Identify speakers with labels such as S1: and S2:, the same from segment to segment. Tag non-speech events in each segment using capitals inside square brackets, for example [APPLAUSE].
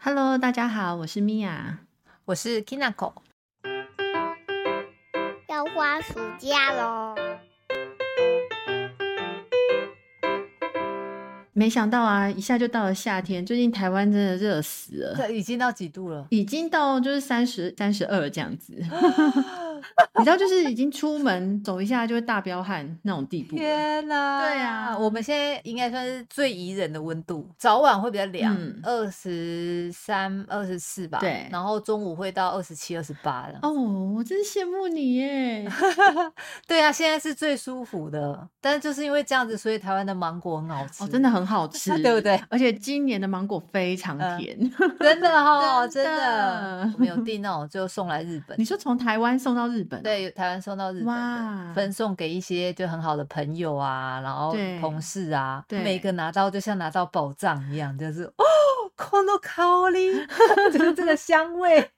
S1: Hello，大家好，我是米娅。
S2: 我是 Kinako。
S3: 要花暑假喽！
S1: 没想到啊，一下就到了夏天，最近台湾真的热死了，
S2: 这已经到几度了？
S1: 已经到就是三十三十二这样
S2: [LAUGHS]
S1: 子，你知道，就是已经出门走一下就会大飙汗那种地步了。
S2: 天哪！
S1: 对啊
S2: 我们现在应该算是最宜人的温度，早晚会比较凉
S1: 嗯，
S2: 二十三、二十四吧。
S1: 对
S2: 然后中午会到二十七、二十八了。
S1: 哦，我真羡慕你
S2: [LAUGHS]
S1: 耶！
S2: 对啊，现在是最舒服的，但是就是因为这样子，所以台湾的芒果很好吃。
S1: 哦，真的很好吃
S2: [LAUGHS] ，对不对？嗯
S1: 而且今年的芒果非常甜。 [LAUGHS]
S2: 真的哈、
S1: 真
S2: 真
S1: 的
S2: 的，我们有订那种就送来日本
S1: 你，说从台湾送到日本、，啊
S2: 对，有台湾送到日本
S1: 哇
S2: 的，分送给一些就很好的朋友啊，然后
S1: 对
S2: 同事啊，
S1: 对
S2: 每个拿到就像拿到宝藏一样，就是哦，空都烤哩， [LAUGHS] 就是这个香味。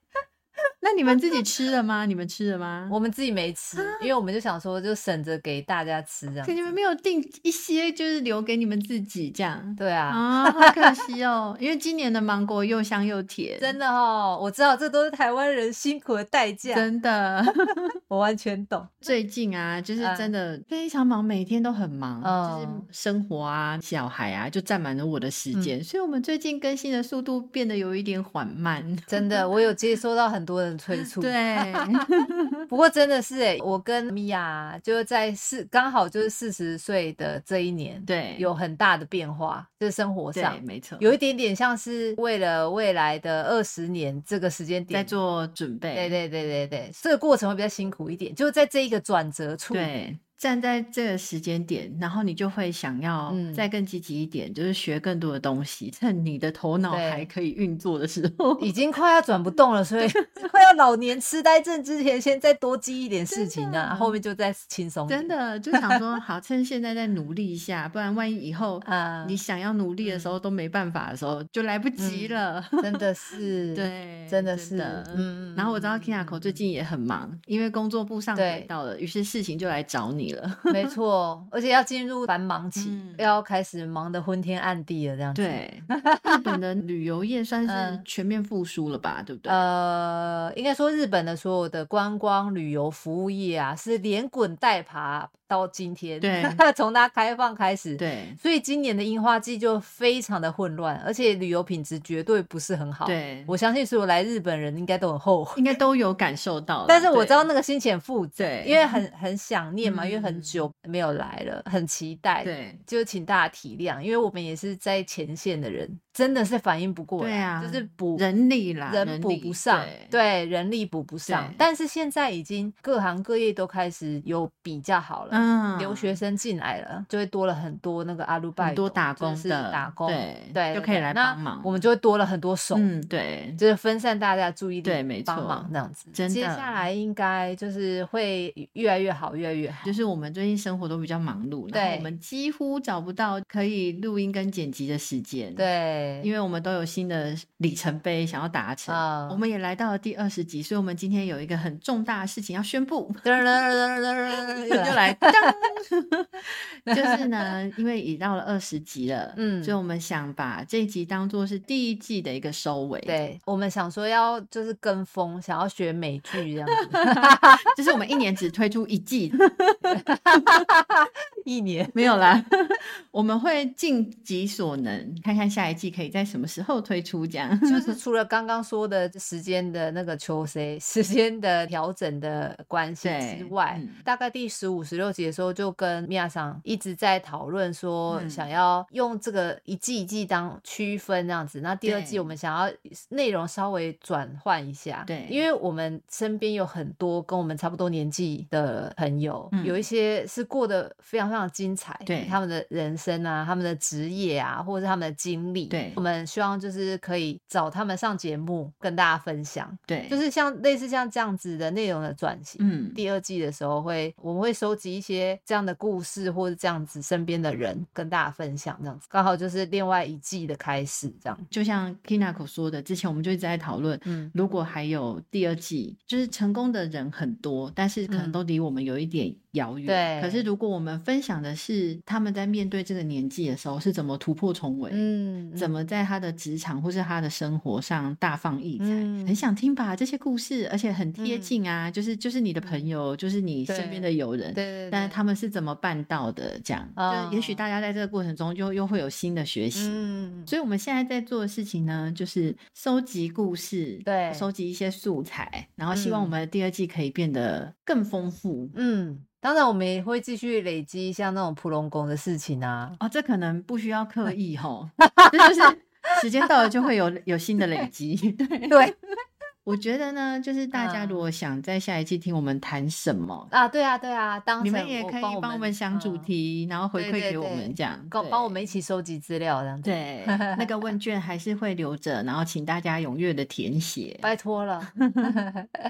S1: 那你们自
S2: [LAUGHS]
S1: 己吃了吗？你们吃了吗？
S2: 我们自己没吃，因为我们就想说就省着给大家吃这样
S1: 可。你们没有订一些，就是留给你们自己这样。
S2: 对啊，
S1: 啊，好可惜哦，因为今年的芒果又香又甜，
S2: 真的哦，我知道这都是台湾人辛苦的代价，
S1: 真的。 [LAUGHS]
S2: 我完全懂。
S1: 最近啊，就是
S2: 嗯
S1: 真的非常忙，每天都很忙，
S2: 嗯
S1: 就是生活啊、小孩啊，就占满了我的时间，所以我们最近更新的速度变得有一点缓慢。
S2: 真的，我有接收到很多人催 [LAUGHS] 促，
S1: 对，
S2: 不过真的是哎、我跟米娅啊就是在四刚好就是四十岁的这一
S1: [LAUGHS]
S2: 年，，
S1: 对，
S2: 有很大的变化，就是生活
S1: 对，
S2: 上
S1: 没错，
S2: 有一点点像是为了未来的二十年这个时间
S1: 在
S2: 点。
S1: 做嗯准备。
S2: 对对对对对，这个过程会比较辛苦一点，就在这一个转折处，
S1: 对，站在这个时间点，然后你就会想要
S2: 嗯
S1: 再更积极一点，就是学更多的东西，趁你的头脑
S2: 对
S1: 还可以运作的时候。
S2: 已经快要转不动了，
S1: [LAUGHS]
S2: 所以快要老年痴呆症之前，先再多记一点事情
S1: 真的嗯
S2: 啊，后面就再轻松一点。
S1: 真的就想说，好，趁现在再努力一下，不然万一以后
S2: 啊，
S1: 你想要努力的时候都没办法的时候，就来不及
S2: 嗯
S1: 了。 [LAUGHS]
S2: 真的是，
S1: 对，
S2: 真的是，
S1: 嗯。
S2: 嗯
S1: 然后我知道
S2: 嗯嗯
S1: Kinako 最近也很忙，因为工作步上轨
S2: 对
S1: 道了，于是事情就来找你了。
S2: 嗯没错，而且要进入繁忙期，
S1: 嗯
S2: 要开始忙得昏天暗地了这样子。， [LAUGHS]
S1: 对，日本的旅游业算是
S2: 嗯
S1: 全面复苏了吧？对不对？
S2: 呃，应该说日本的所有的观光旅游服务业啊，是连滚带爬到今天，
S1: 对，
S2: [LAUGHS] 从它开放开始，。
S1: 对，
S2: 所以今年的樱花季就非常的混乱，而且旅游品质绝对不是很好。，
S1: 对，
S2: 我相信所有来日本人应该都很后
S1: [LAUGHS]
S2: 悔。
S1: 应该都有感受到啦。
S2: 但是我
S1: 对
S2: 知道那个心情很复杂，
S1: 对
S2: 因为很很想念嘛，因为
S1: 嗯
S2: 很久没有来了，很期待。
S1: 对
S2: 就请大家体谅，因为我们也是在前线的人，真的是反应不过来，
S1: 对啊
S2: 就是补
S1: 人力啦，
S2: 人补
S1: 力
S2: 不上，
S1: 对
S2: 人力补不上
S1: 对。
S2: 但是现在已经各行各业都开始有比较好了，
S1: 嗯，
S2: 留学生进来了，就会多了很多那个阿鲁拜，
S1: 很多打工
S2: 就是
S1: 的
S2: 打工，
S1: 对
S2: 对，
S1: 就可以来
S2: 那
S1: 帮忙。
S2: 我们就会多了很多手，
S1: 嗯，对，
S2: 就是分散大家的注意力，
S1: 对没错
S2: 帮忙这样子。
S1: 真的
S2: 接下来应该就是会越来越好，越来越好。
S1: 就是我们最近生活都比较忙碌，然后
S2: 对
S1: 我们几乎找不到可以录音跟剪辑的时间。。
S2: 对，
S1: 嗯因为我们都有新的里程碑想要达成，
S2: 啊
S1: 我们也来到了第二十集，所以我们今天有一个很重大的事情要宣布，
S2: 噔噔
S1: [LAUGHS]
S2: 噔噔噔噔
S1: 就来当，就
S2: [LAUGHS]
S1: 是呢，因为已到了二十集了，
S2: 嗯
S1: 所以我们想把这一集当做是第一季的一个收尾，，
S2: 对，我们想说要就是跟风，想要学美剧这样
S1: [LAUGHS]
S2: 子，
S1: 就是我们一年只推出一季，
S2: 一年
S1: 没有啦， [LAUGHS] 我们会尽己所能，看看下一季可以在什么时候推出，这样。 [LAUGHS]
S2: 就是除了刚刚说的时间的那个秋 C [LAUGHS] 时间的调整的关系
S1: 对
S2: 之外，
S1: 嗯
S2: 大概第十五、十六集的时候，就跟米娅桑一直在讨论说，
S1: 嗯
S2: 想要用这个一季一季当区分这样子。那第二季
S1: 对
S2: 我们想要内容稍微转换一下，
S1: 对
S2: 因为我们身边有很多跟我们差不多年纪的朋友，
S1: 嗯
S2: 有一些是过得非常非常精彩，
S1: 对
S2: 他们的人生啊，他们的职业啊，或者是他们的经历，
S1: 对
S2: 我们希望就是可以找他们上节目跟大家分享，
S1: 对，
S2: 就是像类似像这样子的内容的转型。
S1: 嗯，
S2: 第二季的时候会，我们会收集一些这样的故事，或者这样子身边的人跟大家分享，这样子刚好就是另外一季的开始，这样。
S1: 就像 Kinako 说的，之前我们就一直在讨论。
S2: 嗯，
S1: 如果还有第二季，就是成功的人很多，但是可能
S2: 嗯
S1: 都离我们有一点遥远。
S2: 对
S1: 可是如果我们分享的是他们在面对这个年纪的时候是怎么突破重围，
S2: 嗯，
S1: 怎
S2: 嗯
S1: 么在他的职场或是他的生活上大放异彩，
S2: 嗯
S1: 很想听吧这些故事，而且很贴
S2: 嗯
S1: 近啊，就是就是你的朋友，就是你身边的
S2: 对
S1: 友人
S2: 嗯对。对，
S1: 但是
S2: 对
S1: 他们是怎么办到的？这样，就是也许
S2: 哦
S1: 大家在这个过程中就又会有新的学习。
S2: 嗯，
S1: 所以我们现在在做的事情呢，就是收集故事，
S2: 对
S1: 收集一些素材，然后希望我
S2: 嗯
S1: 们的第二季可以变得更丰富。
S2: 嗯，当然我们也会继续累积像那种普龙宫的事情
S1: [LAUGHS]
S2: 啊。
S1: 哦，这可能不需要刻意吼，
S2: [LAUGHS]
S1: 这就是时间到了就会有 [LAUGHS] 有新的累积。对，
S2: 对啊
S1: 我觉得呢，就是大家
S2: 嗯
S1: 如果想在下一季听我们谈什么，
S2: 啊，对啊，对啊，当
S1: 你
S2: 成
S1: 们也可以
S2: 帮嗯
S1: 帮我们想主，题，然后回
S2: 对
S1: 馈
S2: 对
S1: 给我
S2: 对
S1: 们这样
S2: 嗯，帮帮我
S1: 对
S2: 们一起收集资料这 [LAUGHS] 样子。
S1: 对，那个问卷还是会留着，然后请大家踊跃的填
S2: [LAUGHS]
S1: 写。
S2: 拜
S1: [LAUGHS]
S2: 托了，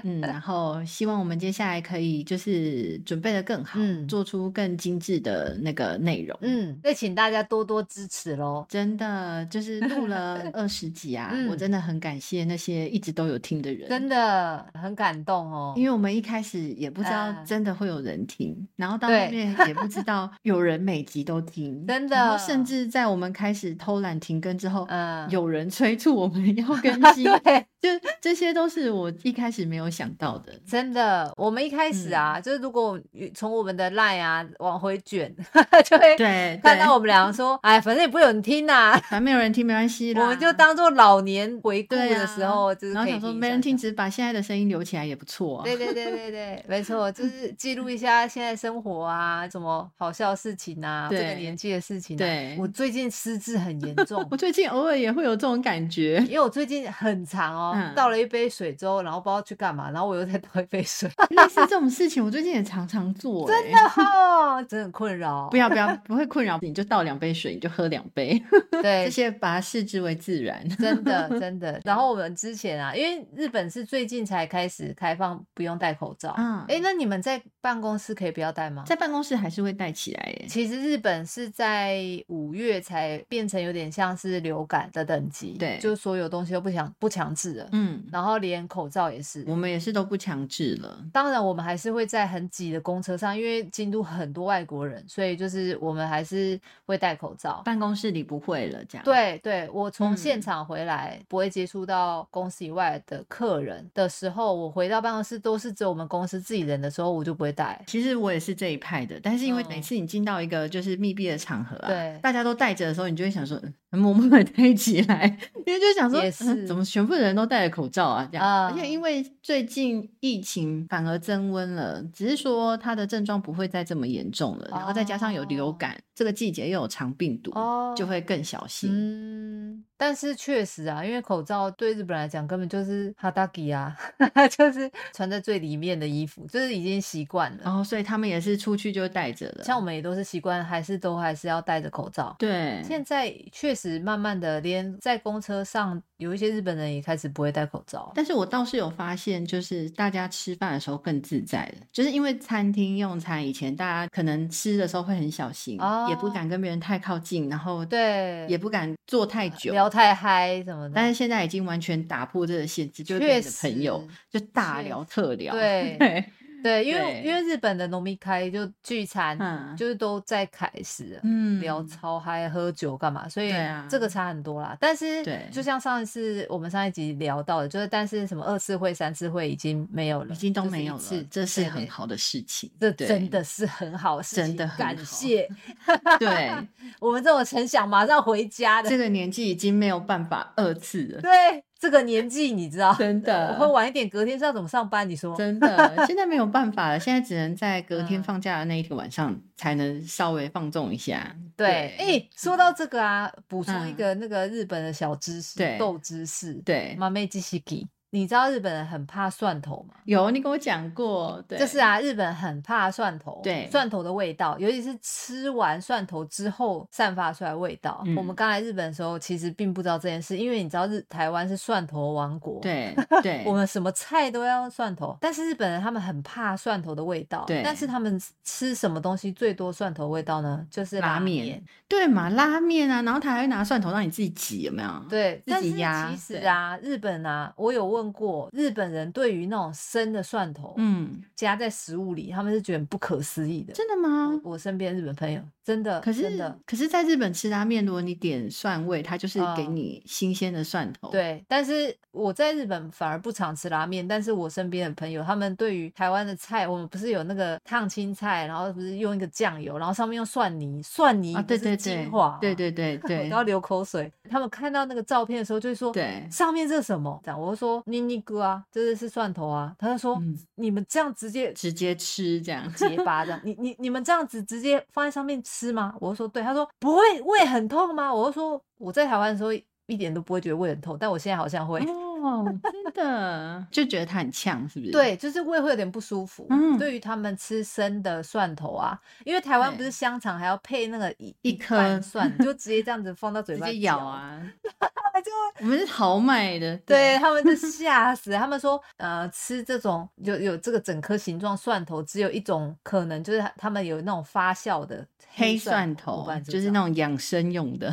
S1: 嗯，然后希望我们接下来可以就是准备的更好，
S2: 嗯
S1: 做出更精致的那个内容。，
S2: 嗯，那请大家多多支持喽。
S1: 真的就是录
S2: [LAUGHS]
S1: 了二十集啊，我
S2: 嗯
S1: 真的很感谢那些一直都有听的人，
S2: 真的很感动哦，
S1: 因为我们一开始也不知道
S2: 啊
S1: 真的会有人听，然后到后
S2: 对
S1: 面也不知
S2: [LAUGHS]
S1: 道有人每集都听，
S2: 真
S1: 然后
S2: 的
S1: 甚至在我们开始偷懒停更之后，
S2: 嗯， [LAUGHS]
S1: 有人催促我们要更新，
S2: 对，
S1: 就这些都是我一开始没有想到的。
S2: 真的，我们一开始啊，
S1: 嗯
S2: 就是如果从我们的 line 啊往回卷， [LAUGHS] 就会
S1: 对，
S2: 看
S1: 对
S2: 到我们两个说，哎，反正也不会有人听呐、
S1: 反正没有人听没关系啦，
S2: 我们就当做老年回顾
S1: 对
S2: 的时候，
S1: 啊、
S2: 就是
S1: 然后
S2: 可以
S1: 想说
S2: 听一
S1: 没
S2: 下
S1: 人听，
S2: 这
S1: 只
S2: 样。
S1: 把现在的声音留起来也不错、啊。
S2: 对对对对对，没错，就是记录一下现在生活啊，什么好笑的事情啊，这个
S1: 对
S2: 年纪的事情、啊。
S1: 对
S2: 我最近失智很严
S1: [LAUGHS]
S2: 重
S1: 我，最近偶尔也会有这种感觉，
S2: 因为我最近很长哦，
S1: 嗯
S2: 倒了一杯水之后，然后不知道去干嘛，然后我又再倒一
S1: [LAUGHS]
S2: 杯水， [LAUGHS]
S1: 类似这种事情，我最近也常常做、欸。
S2: 真的哦，真的很困扰。
S1: 不要不要，不会困扰你，就倒两杯水，你就喝两杯，
S2: 对
S1: 这，些把它视之为自然。
S2: 真的真的。然后我们之前啊，因为日本是最近才开始开放不用戴口罩，
S1: 嗯
S2: 哎、那你们在办公室可以不要戴吗？
S1: 在办公室还是会带起来欸耶。
S2: 其实日本是在五月才变成有点像是流感的等级，
S1: 对
S2: 就所有东西都不强不强制了，
S1: 嗯，
S2: 然后连口罩也是。
S1: 我们也是都不强制了。
S2: 当然，我们还是会在很挤的公车上，因为京都很多外国人，所以就是我们还是会戴口罩。
S1: 办公室里不会了，这样。，
S2: 对对，我从现
S1: 嗯
S2: 场回来、不会接触到公司以外的客人的时候，我回到办公室都是只有我们公司自己人的时候，我就不会戴。
S1: 其实我也是这一派的，但是因为每
S2: 嗯
S1: 次你进到一个就是密闭的场合啊，
S2: 对
S1: 大家都戴着的时候，你就会想说，嗯默默的戴起来， [LAUGHS] 因为就想说，
S2: 也
S1: 嗯
S2: 是
S1: 怎么全部人都戴着口罩啊？这样，
S2: 啊
S1: 而且因为最近疫情反而增温了，只是说它的症状不会再这么严重了，然后再加上有流
S2: 哦
S1: 感，这个季节又有肠病毒，
S2: 哦
S1: 就会更小心。
S2: 嗯，但是确实啊，因为口罩对日本来讲根本就是哈达吉啊， [LAUGHS] 就是穿在最里面的衣服，就是已经习惯了。
S1: 然后，所以他们也是出去就戴着了，
S2: 像我们也都是习惯，还是都还是要戴着口罩。
S1: 对，
S2: 现在确实慢慢的，连在公车上有一些日本人也开始不会戴口罩。
S1: 但是我倒是有发现，就是大家吃饭的时候更自在了，就是因为餐厅用餐以前，大家可能吃的时候会很小心，
S2: 哦
S1: 也不敢跟别人太靠近，然后
S2: 对，呃
S1: 也不敢坐太久。
S2: 聊太嗨什么的。
S1: 但是现在已经完全打破这个限制，就是
S2: 确
S1: 跟你
S2: 实
S1: 的朋友就大
S2: 确
S1: 聊特聊，
S2: 对对，因为
S1: [LAUGHS] 对
S2: 因为日本的农民开就聚餐，
S1: 嗯
S2: 就是都在开始了
S1: 嗯，
S2: 聊超嗨、喝酒干嘛，所以
S1: 对啊
S2: 这个差很多啦。但是
S1: 对
S2: 就像上一次我们上一集聊到的，就是但是什么二次会、三次会已经没有了，
S1: 已经都
S2: 就是
S1: 没
S2: 一
S1: 有
S2: 次
S1: 了，这是
S2: 对
S1: 很
S2: 对
S1: 好的事情，
S2: 这
S1: 对
S2: 真的是很好的事情，
S1: 真的很
S2: 感
S1: 好
S2: 谢
S1: 对。
S2: 我们这种很想马上回家的，
S1: 这个年纪已经没有办法二次了，
S2: 对这个年纪你知道，呃
S1: 真的
S2: 我会晚一点，隔天是要怎么上班？你说
S1: 真的，现在没有办法了，现在只能在隔天
S2: 嗯
S1: 放假的那一个晚上才能稍微放纵一下。
S2: 对，哎、说到这个啊，补充一
S1: 嗯
S2: 个那个日本的小知识，
S1: 对
S2: 豆知识，，
S1: 对，
S2: 妈妹基西基，你知道日本人很怕蒜头吗？
S1: 有你跟我讲过，对，
S2: 就是，啊，日本很怕蒜头，
S1: 对
S2: 蒜头的味道，尤其是吃完蒜头之后散发出来的味道。
S1: 嗯
S2: 我们刚来日本的时候，其实并不知道这件事，因为你知道日台湾是蒜头王国，，
S1: 对对，
S2: [LAUGHS] 我们什么菜都要用蒜头，但是日本人他们很怕蒜头的味道，
S1: 对
S2: 但是他们吃什么东西最多蒜头味道呢？就是
S1: 拉
S2: 拉
S1: 面对嘛拉面啊，然后他还会拿蒜头让你自己挤，有没有？，
S2: 对，
S1: 自
S2: 但
S1: 己
S2: 是
S1: 压
S2: 其实
S1: 对
S2: 啊，日本啊，我有问问过日本人对于那种生的蒜头，
S1: 嗯，
S2: 加在食物里，他们是觉得不可思议的。
S1: 真的吗？
S2: 我我身边日本朋友真的，
S1: 可
S2: 真
S1: 是
S2: 的，
S1: 可是在日本吃拉面，如果你点蒜味，它就是给
S2: 哦
S1: 你新鲜的蒜头。，
S2: 对，但是我在日本反而不常吃拉面，但是我身边的朋友，他们对于台湾的菜，我们不是有那个烫青菜，然后不是用一个酱油，然后上面用蒜泥，蒜泥
S1: 啊，
S2: 不
S1: 对
S2: 是
S1: 对
S2: 精
S1: 对
S2: 华，，
S1: 对对对
S2: [LAUGHS] 我
S1: 对
S2: 都要流口水。他们看到那个照片的时候，就会说，
S1: 对，
S2: 上面这是什么？这样我就说妮妮哥啊，这是是蒜头啊。他就说、
S1: 嗯
S2: 你们这样直接
S1: 直接吃这样。
S2: 结巴的，你你你们这样子直接放在上面吃吗？我就说对。他说不会，胃很痛吗？我就说我在台湾的时候一点都不会觉得胃很痛，但我现在好像会。
S1: [LAUGHS] 哦，真的就觉得它很呛，是不是？，
S2: 对，就是胃会有点不舒服。
S1: 嗯
S2: 对于他们吃生的蒜头啊，因为台湾不
S1: 对
S2: 是香肠还要配那个一
S1: 一
S2: 半
S1: 颗
S2: 蒜，就直接这样子放到嘴
S1: 直
S2: 巴
S1: 接咬，啊。 [LAUGHS]
S2: 他们就会
S1: 我们是豪迈的，
S2: 对他们就吓死，他们说，呃，吃这种有有这个整颗形状蒜头，只有一种可能，就是他们有那种发酵的
S1: 黑
S2: 蒜
S1: 蒜头
S2: 我
S1: 就是那
S2: 种
S1: 种养生用的，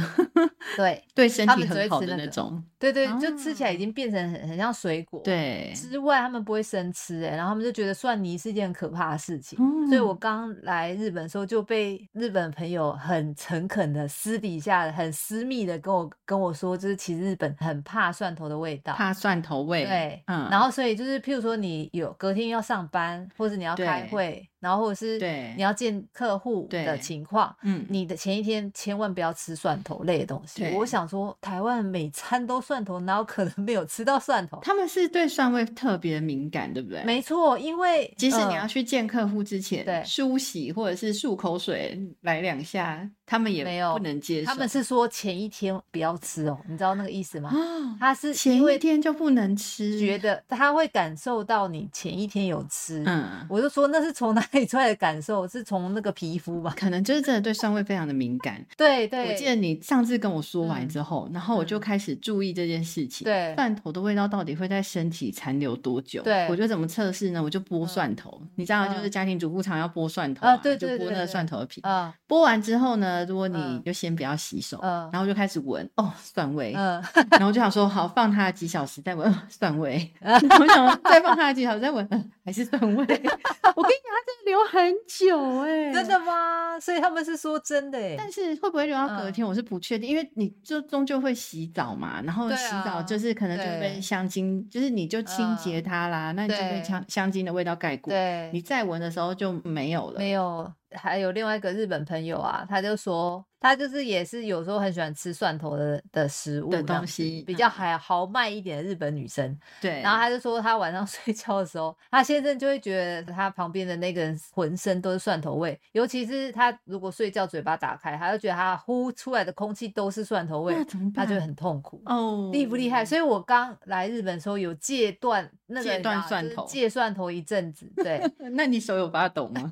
S2: 对
S1: 对身
S2: 他
S1: 体
S2: 们只会
S1: 很好
S2: 吃
S1: 的
S2: 那
S1: 那
S2: 个
S1: 种。
S2: 对对，就吃起来已
S1: 哦
S2: 经变成很很像水果。。
S1: 对，
S2: 之外，他们不会生吃、欸，然后他们就觉得蒜泥是一件很可怕的事情，
S1: 哦
S2: 所
S1: 嗯
S2: 以我刚来日本的时候就被日本朋友很诚恳的、私底下很私密的跟我跟我说，就是其实日本很怕蒜头的味道，
S1: 怕蒜头味。
S2: 对，
S1: 嗯，
S2: 然后所以就是，譬如说你有隔天要上班，或者你要开
S1: 对
S2: 会，然后或者是
S1: 对
S2: 你要见客户的
S1: 对
S2: 情况，
S1: 嗯，
S2: 你的前一天千万不要吃蒜头类的东西。我
S1: 对
S2: 想说，台湾每餐都蒜头，哪有可能没有吃到蒜头？
S1: 他们是对蒜味特别敏感，对不对？，
S2: 没错，因为
S1: 即使
S2: 呃
S1: 你要去见客户之前，
S2: 对
S1: 梳洗或者是漱口水来两下，他们也
S2: 没有
S1: 不能接受。
S2: 他们是说前一天不要吃哦，你知道那个意思吗？
S1: 啊，
S2: 他是
S1: 前
S2: 因为
S1: 一天就不能吃，
S2: 觉得他会感受到你前一天有吃，
S1: 嗯，
S2: 我就说那是从哪里出来的感受？是从那个皮肤吧？
S1: 可能就是真的对蒜味非常的敏感。
S2: 对对，
S1: 我记得你上次跟我说完之后，然后我就
S2: 嗯
S1: 开始注意这件事情。
S2: 对
S1: 蒜头的味道到底会在身体残留多久？
S2: 对
S1: 我觉得怎么测试呢？我就剥蒜头，你知道，
S2: 嗯
S1: 就是家庭主妇常要剥蒜头
S2: 啊对
S1: 就
S2: 对
S1: 剥
S2: 对
S1: 那个
S2: 对
S1: 蒜头的皮。
S2: 啊，
S1: 剥完之后呢，如果你
S2: 嗯
S1: 就先不要洗手，
S2: 嗯
S1: 然后就开始闻哦蒜味，
S2: 嗯，
S1: 然后就想说好放它几小时再闻、呃蒜
S2: [LAUGHS]
S1: 味，然后想说再放它几小时再闻、呃还是蒜味。 [LAUGHS] 我跟你讲，它真的留很久哎、
S2: [LAUGHS] 真的。吗？所以他们是说真的哎、
S1: 但是会不会留到隔
S2: 嗯
S1: 天，我是不确定，因为你就终究会洗澡嘛，然后
S2: 对
S1: 洗澡
S2: 啊
S1: 就是可能就会
S2: 对
S1: 被香精，就是你就清洁
S2: 嗯
S1: 它啦，那你就被
S2: 对
S1: 香香精的味道盖过，
S2: 对，
S1: 你再闻的时候就没有了。
S2: 没有。还有另外一个日本朋友啊，他就说他就是也是有时候很喜欢吃蒜头的的食物
S1: 的
S2: 这样
S1: 东
S2: 子
S1: 西
S2: 比较
S1: 嗯
S2: 还豪迈一点的日本女生。
S1: 对，
S2: 然后他就说他晚上 [LAUGHS] 睡觉的时候，他先生就会觉得他旁边的那个人浑身都是蒜头味，尤其是他如果睡觉嘴巴打开，他就觉得他呼出来的空气都是蒜头味
S1: 那，怎么
S2: 他
S1: 办？
S2: 就会很痛苦。
S1: 哦，
S2: 厉不厉害？所以我刚来日本的时候有戒断那个
S1: 戒
S2: 你
S1: 断
S2: 知道
S1: 蒜
S2: 就是
S1: 头
S2: 戒蒜头一阵子，
S1: [LAUGHS]
S2: 对，
S1: 那你手有发抖
S2: [LAUGHS]
S1: 吗？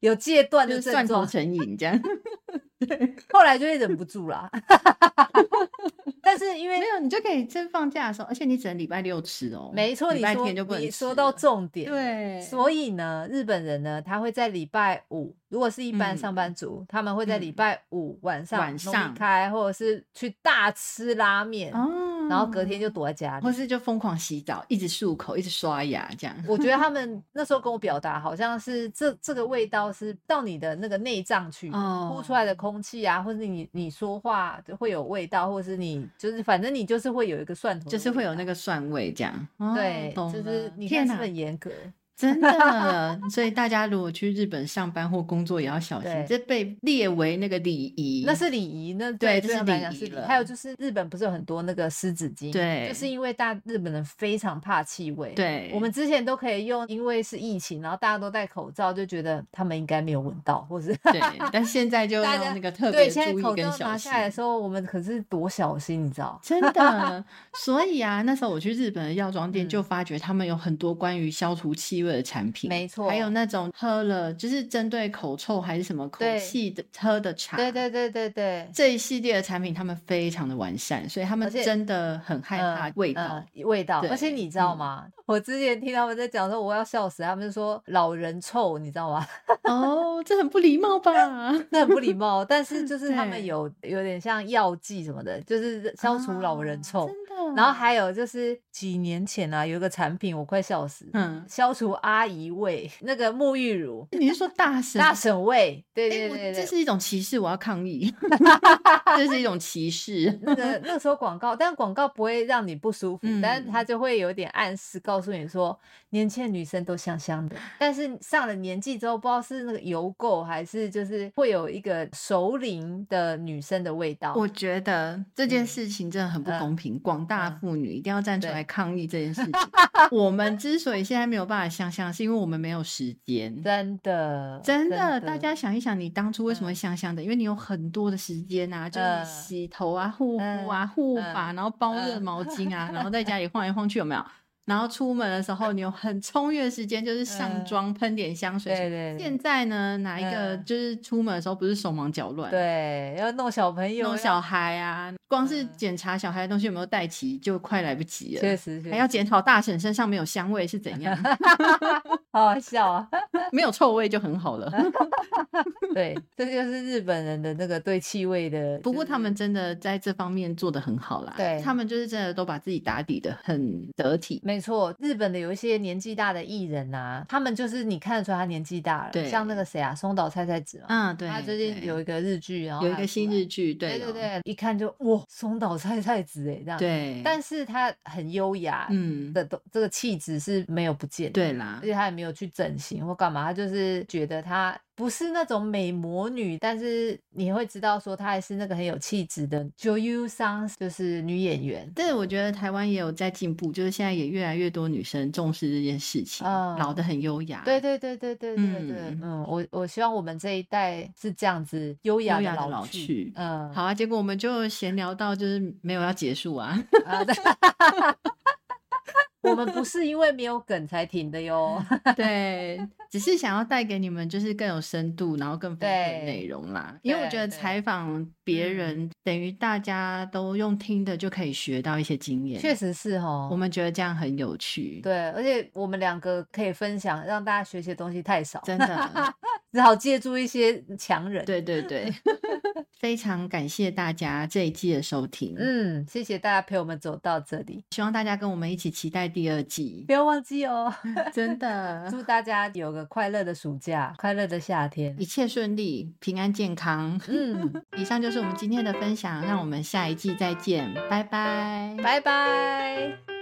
S2: 有戒断
S1: 就
S2: 的
S1: 是
S2: 症
S1: 蒜头
S2: 状，
S1: 成瘾这样。
S2: 后来就会忍不住啦。 [LAUGHS] 但是因
S1: [LAUGHS]
S2: 为
S1: 没有，你就可以趁放假的时候，而且你只能礼拜六吃哦。
S2: 没错，
S1: 礼
S2: 你
S1: 拜
S2: 说
S1: 天就不能
S2: 你说
S1: 吃
S2: 到
S1: 了
S2: 重点，，
S1: 对，
S2: 所以呢，日本人呢，他会在礼拜五，如果是一般
S1: 嗯
S2: 上班族，他们会在礼
S1: 嗯
S2: 拜五晚上
S1: 晚
S2: 弄一
S1: 上
S2: 开，或者是去大吃拉面，
S1: 哦，
S2: 然后隔天就躲在家
S1: 或
S2: 里。
S1: 是就疯狂洗澡，一直漱口，一直刷牙这样。
S2: 我觉得他们那时候跟我表达，好像是这这个味道是到你的那个内脏去的呼出来
S1: 哦
S2: 的空气啊，或是你你说话就会有味道，或是你就是反正你就是会有一个蒜头的味道，
S1: 就是会有那个蒜味这样。哦
S2: 对，
S1: 懂
S2: 就是
S1: 了
S2: 你
S1: 天
S2: 看是
S1: 哪
S2: 不是，很严格，
S1: 真的。所以大家如果去日本上班或工作也要小心
S2: 对，
S1: 这被列为那个礼仪。
S2: 那是礼仪，那
S1: 对这
S2: 对
S1: 是
S2: 他们来
S1: 礼
S2: 讲
S1: 仪
S2: 是礼仪。
S1: 了
S2: 还有就是日本不是有很多那个湿纸巾，，
S1: 对，
S2: 就是因为大日本人非常怕气味，。
S1: 对
S2: 我们之前都可以用，因为是疫情，然后大家都戴口罩，就觉得他们应该没有闻到，或是
S1: 对，但现在就
S2: 大
S1: 要
S2: 家
S1: 那个特别
S2: [LAUGHS] 对，现在
S1: 注
S2: 口
S1: 意跟
S2: 罩拿
S1: 小
S2: 下来的
S1: 心。
S2: 时候，我们可是多小心，你知道？
S1: 真的，所以啊，那时候我去日本的药妆店，
S2: 嗯
S1: 就发觉他们有很多关于消除气味的产品，
S2: 没错
S1: 还有那种喝了就是针对口臭还是什么口
S2: 对
S1: 气的喝的茶，
S2: 对对对对对，
S1: 这一系列的产品，他们非常的完善，所以他们
S2: 而且
S1: 真的很害怕
S2: 嗯
S1: 味道。
S2: 嗯味道。而且
S1: 对
S2: 你知道
S1: 嗯
S2: 吗？我之前听他们在讲说我要笑死，他们就说老人臭，你知道吗？
S1: 哦，这很不礼貌吧？
S2: 那很不礼貌。哦但是
S1: [LAUGHS]
S2: 就是他们
S1: 对
S2: 有有点像药剂什么的，就是 [LAUGHS] 消除老人
S1: 啊
S2: 臭。
S1: 真的。哦
S2: 然后还有就是几年前啊，有一个产品我快笑死，
S1: 嗯，
S2: 消除阿姨味，那个沐浴乳。
S1: 你是说大神？
S2: 大婶味，对
S1: 哎
S2: 对
S1: 我
S2: 对
S1: 这
S2: 对，
S1: 是一种歧视，我要抗
S2: [LAUGHS]
S1: 议。这是一种歧视。
S2: 那个那个时候广告，但广告不会让你不舒服，但
S1: 嗯
S2: 是它就会有点暗示告诉你说，年轻的女生都香香的，但是上了年纪之后，不知道是那个油垢还是就是会有一个熟龄的女生的味道。
S1: 我觉得这件
S2: 嗯
S1: 事情真的很不
S2: 嗯
S1: 公平，广大
S2: 嗯
S1: 妇女一定要站出
S2: 对
S1: 来抗议这件事情。
S2: [LAUGHS]
S1: 我们之所以现在没有办法想象，是因为我们没有时
S2: [LAUGHS]
S1: 间。
S2: 真的，
S1: 真的，大家想一想，你当初为什么
S2: 嗯
S1: 香香的？因为你有很多的时间啊，就是
S2: 嗯
S1: 洗头啊、护肤啊、
S2: 嗯
S1: 护发，然后包热
S2: 嗯
S1: 毛巾啊，然后在家里晃来晃去，有没有？然后出门的时候，你有很充裕的时间，就是上
S2: 嗯
S1: 妆、喷点香水什
S2: 对
S1: 么。
S2: 对
S1: 现
S2: 对
S1: 在呢，哪一个
S2: 嗯
S1: 就是出门的时候不是手忙脚乱？。
S2: 对，要弄小朋友，
S1: 弄小孩啊，光是
S2: 嗯
S1: 检查小孩的东西有没有带齐，就快来不及
S2: 确
S1: 了。
S2: 实
S1: 还要检讨大婶身上没有香味是怎样， [LAUGHS]
S2: 好好笑啊。 [LAUGHS]
S1: 没有臭味就很好了。
S2: 对，这就是日本人的那个对气味的，
S1: 不过
S2: 就
S1: 他们
S2: 是
S1: 真的在这方面做的很好啦，
S2: 对
S1: 他们就是真的都把自己打底的很得体。
S2: 没错，日本的有一些年纪大的艺人啊，他们就是你看得出来他年纪大了，
S1: 对
S2: 像那个谁啊，松岛菜菜子嘛，
S1: 嗯，对，
S2: 他最近
S1: 对
S2: 有一个日剧，然后
S1: 有一
S2: 还
S1: 个新
S2: 出来
S1: 日，剧，对
S2: 对
S1: 哦
S2: 对对，一看就哇，松岛菜菜子哎这样，，
S1: 对，
S2: 但是他很优雅，
S1: 嗯，
S2: 的都这个气质是没有不见的，
S1: 对啦
S2: 而，且他也没有去整形或干嘛，他就是觉得他不是那种美魔女，但是你会知道说她还是那个很有气质的 Joyu Sang，就是女演员。
S1: 但是我觉得台湾也有在进步，就是现在也越来越多女生重视这件事情，
S2: 嗯
S1: 老的很优雅，
S2: 对对对对对对对，
S1: 啊嗯
S2: 嗯，我我希望我们这一代是这样子优雅
S1: 优
S2: 的
S1: 雅的
S2: 老
S1: 老
S2: 去，
S1: 去
S2: 嗯，
S1: 好啊，结果我们就闲聊到就是没有要结束啊，
S2: 啊，对我们不是因为没有梗才停
S1: [LAUGHS]
S2: 的哟， [LAUGHS]
S1: 对，只是想要带给你们就是更有深度，然后更丰富的
S2: 对
S1: 内容啦。因为我觉得
S2: 对对嗯
S1: 采访别人，等于大家都用听的就可以学到一些经验。
S2: 确，实是哦
S1: 我。们觉得这样很有趣。，
S2: 对，而且我们两个可以分享，让大家学习的东西太少，
S1: 真
S2: [LAUGHS]
S1: 的，
S2: 只好借助一些强人。
S1: 对对
S2: [LAUGHS]
S1: 对，非常感谢大家这一季的收听。嗯，
S2: 嗯，谢谢大家陪我们走到这里，
S1: 希望大家跟我们一起期待第二
S2: [LAUGHS]
S1: 季
S2: 不。要忘记哦。
S1: 真的，
S2: [LAUGHS] 祝大家有个快乐的暑假，快乐的夏天
S1: 一。切顺利，平安健康。
S2: 嗯，
S1: 以上就是我们今天的分享，让我们下一季再见，拜拜，
S2: 拜拜。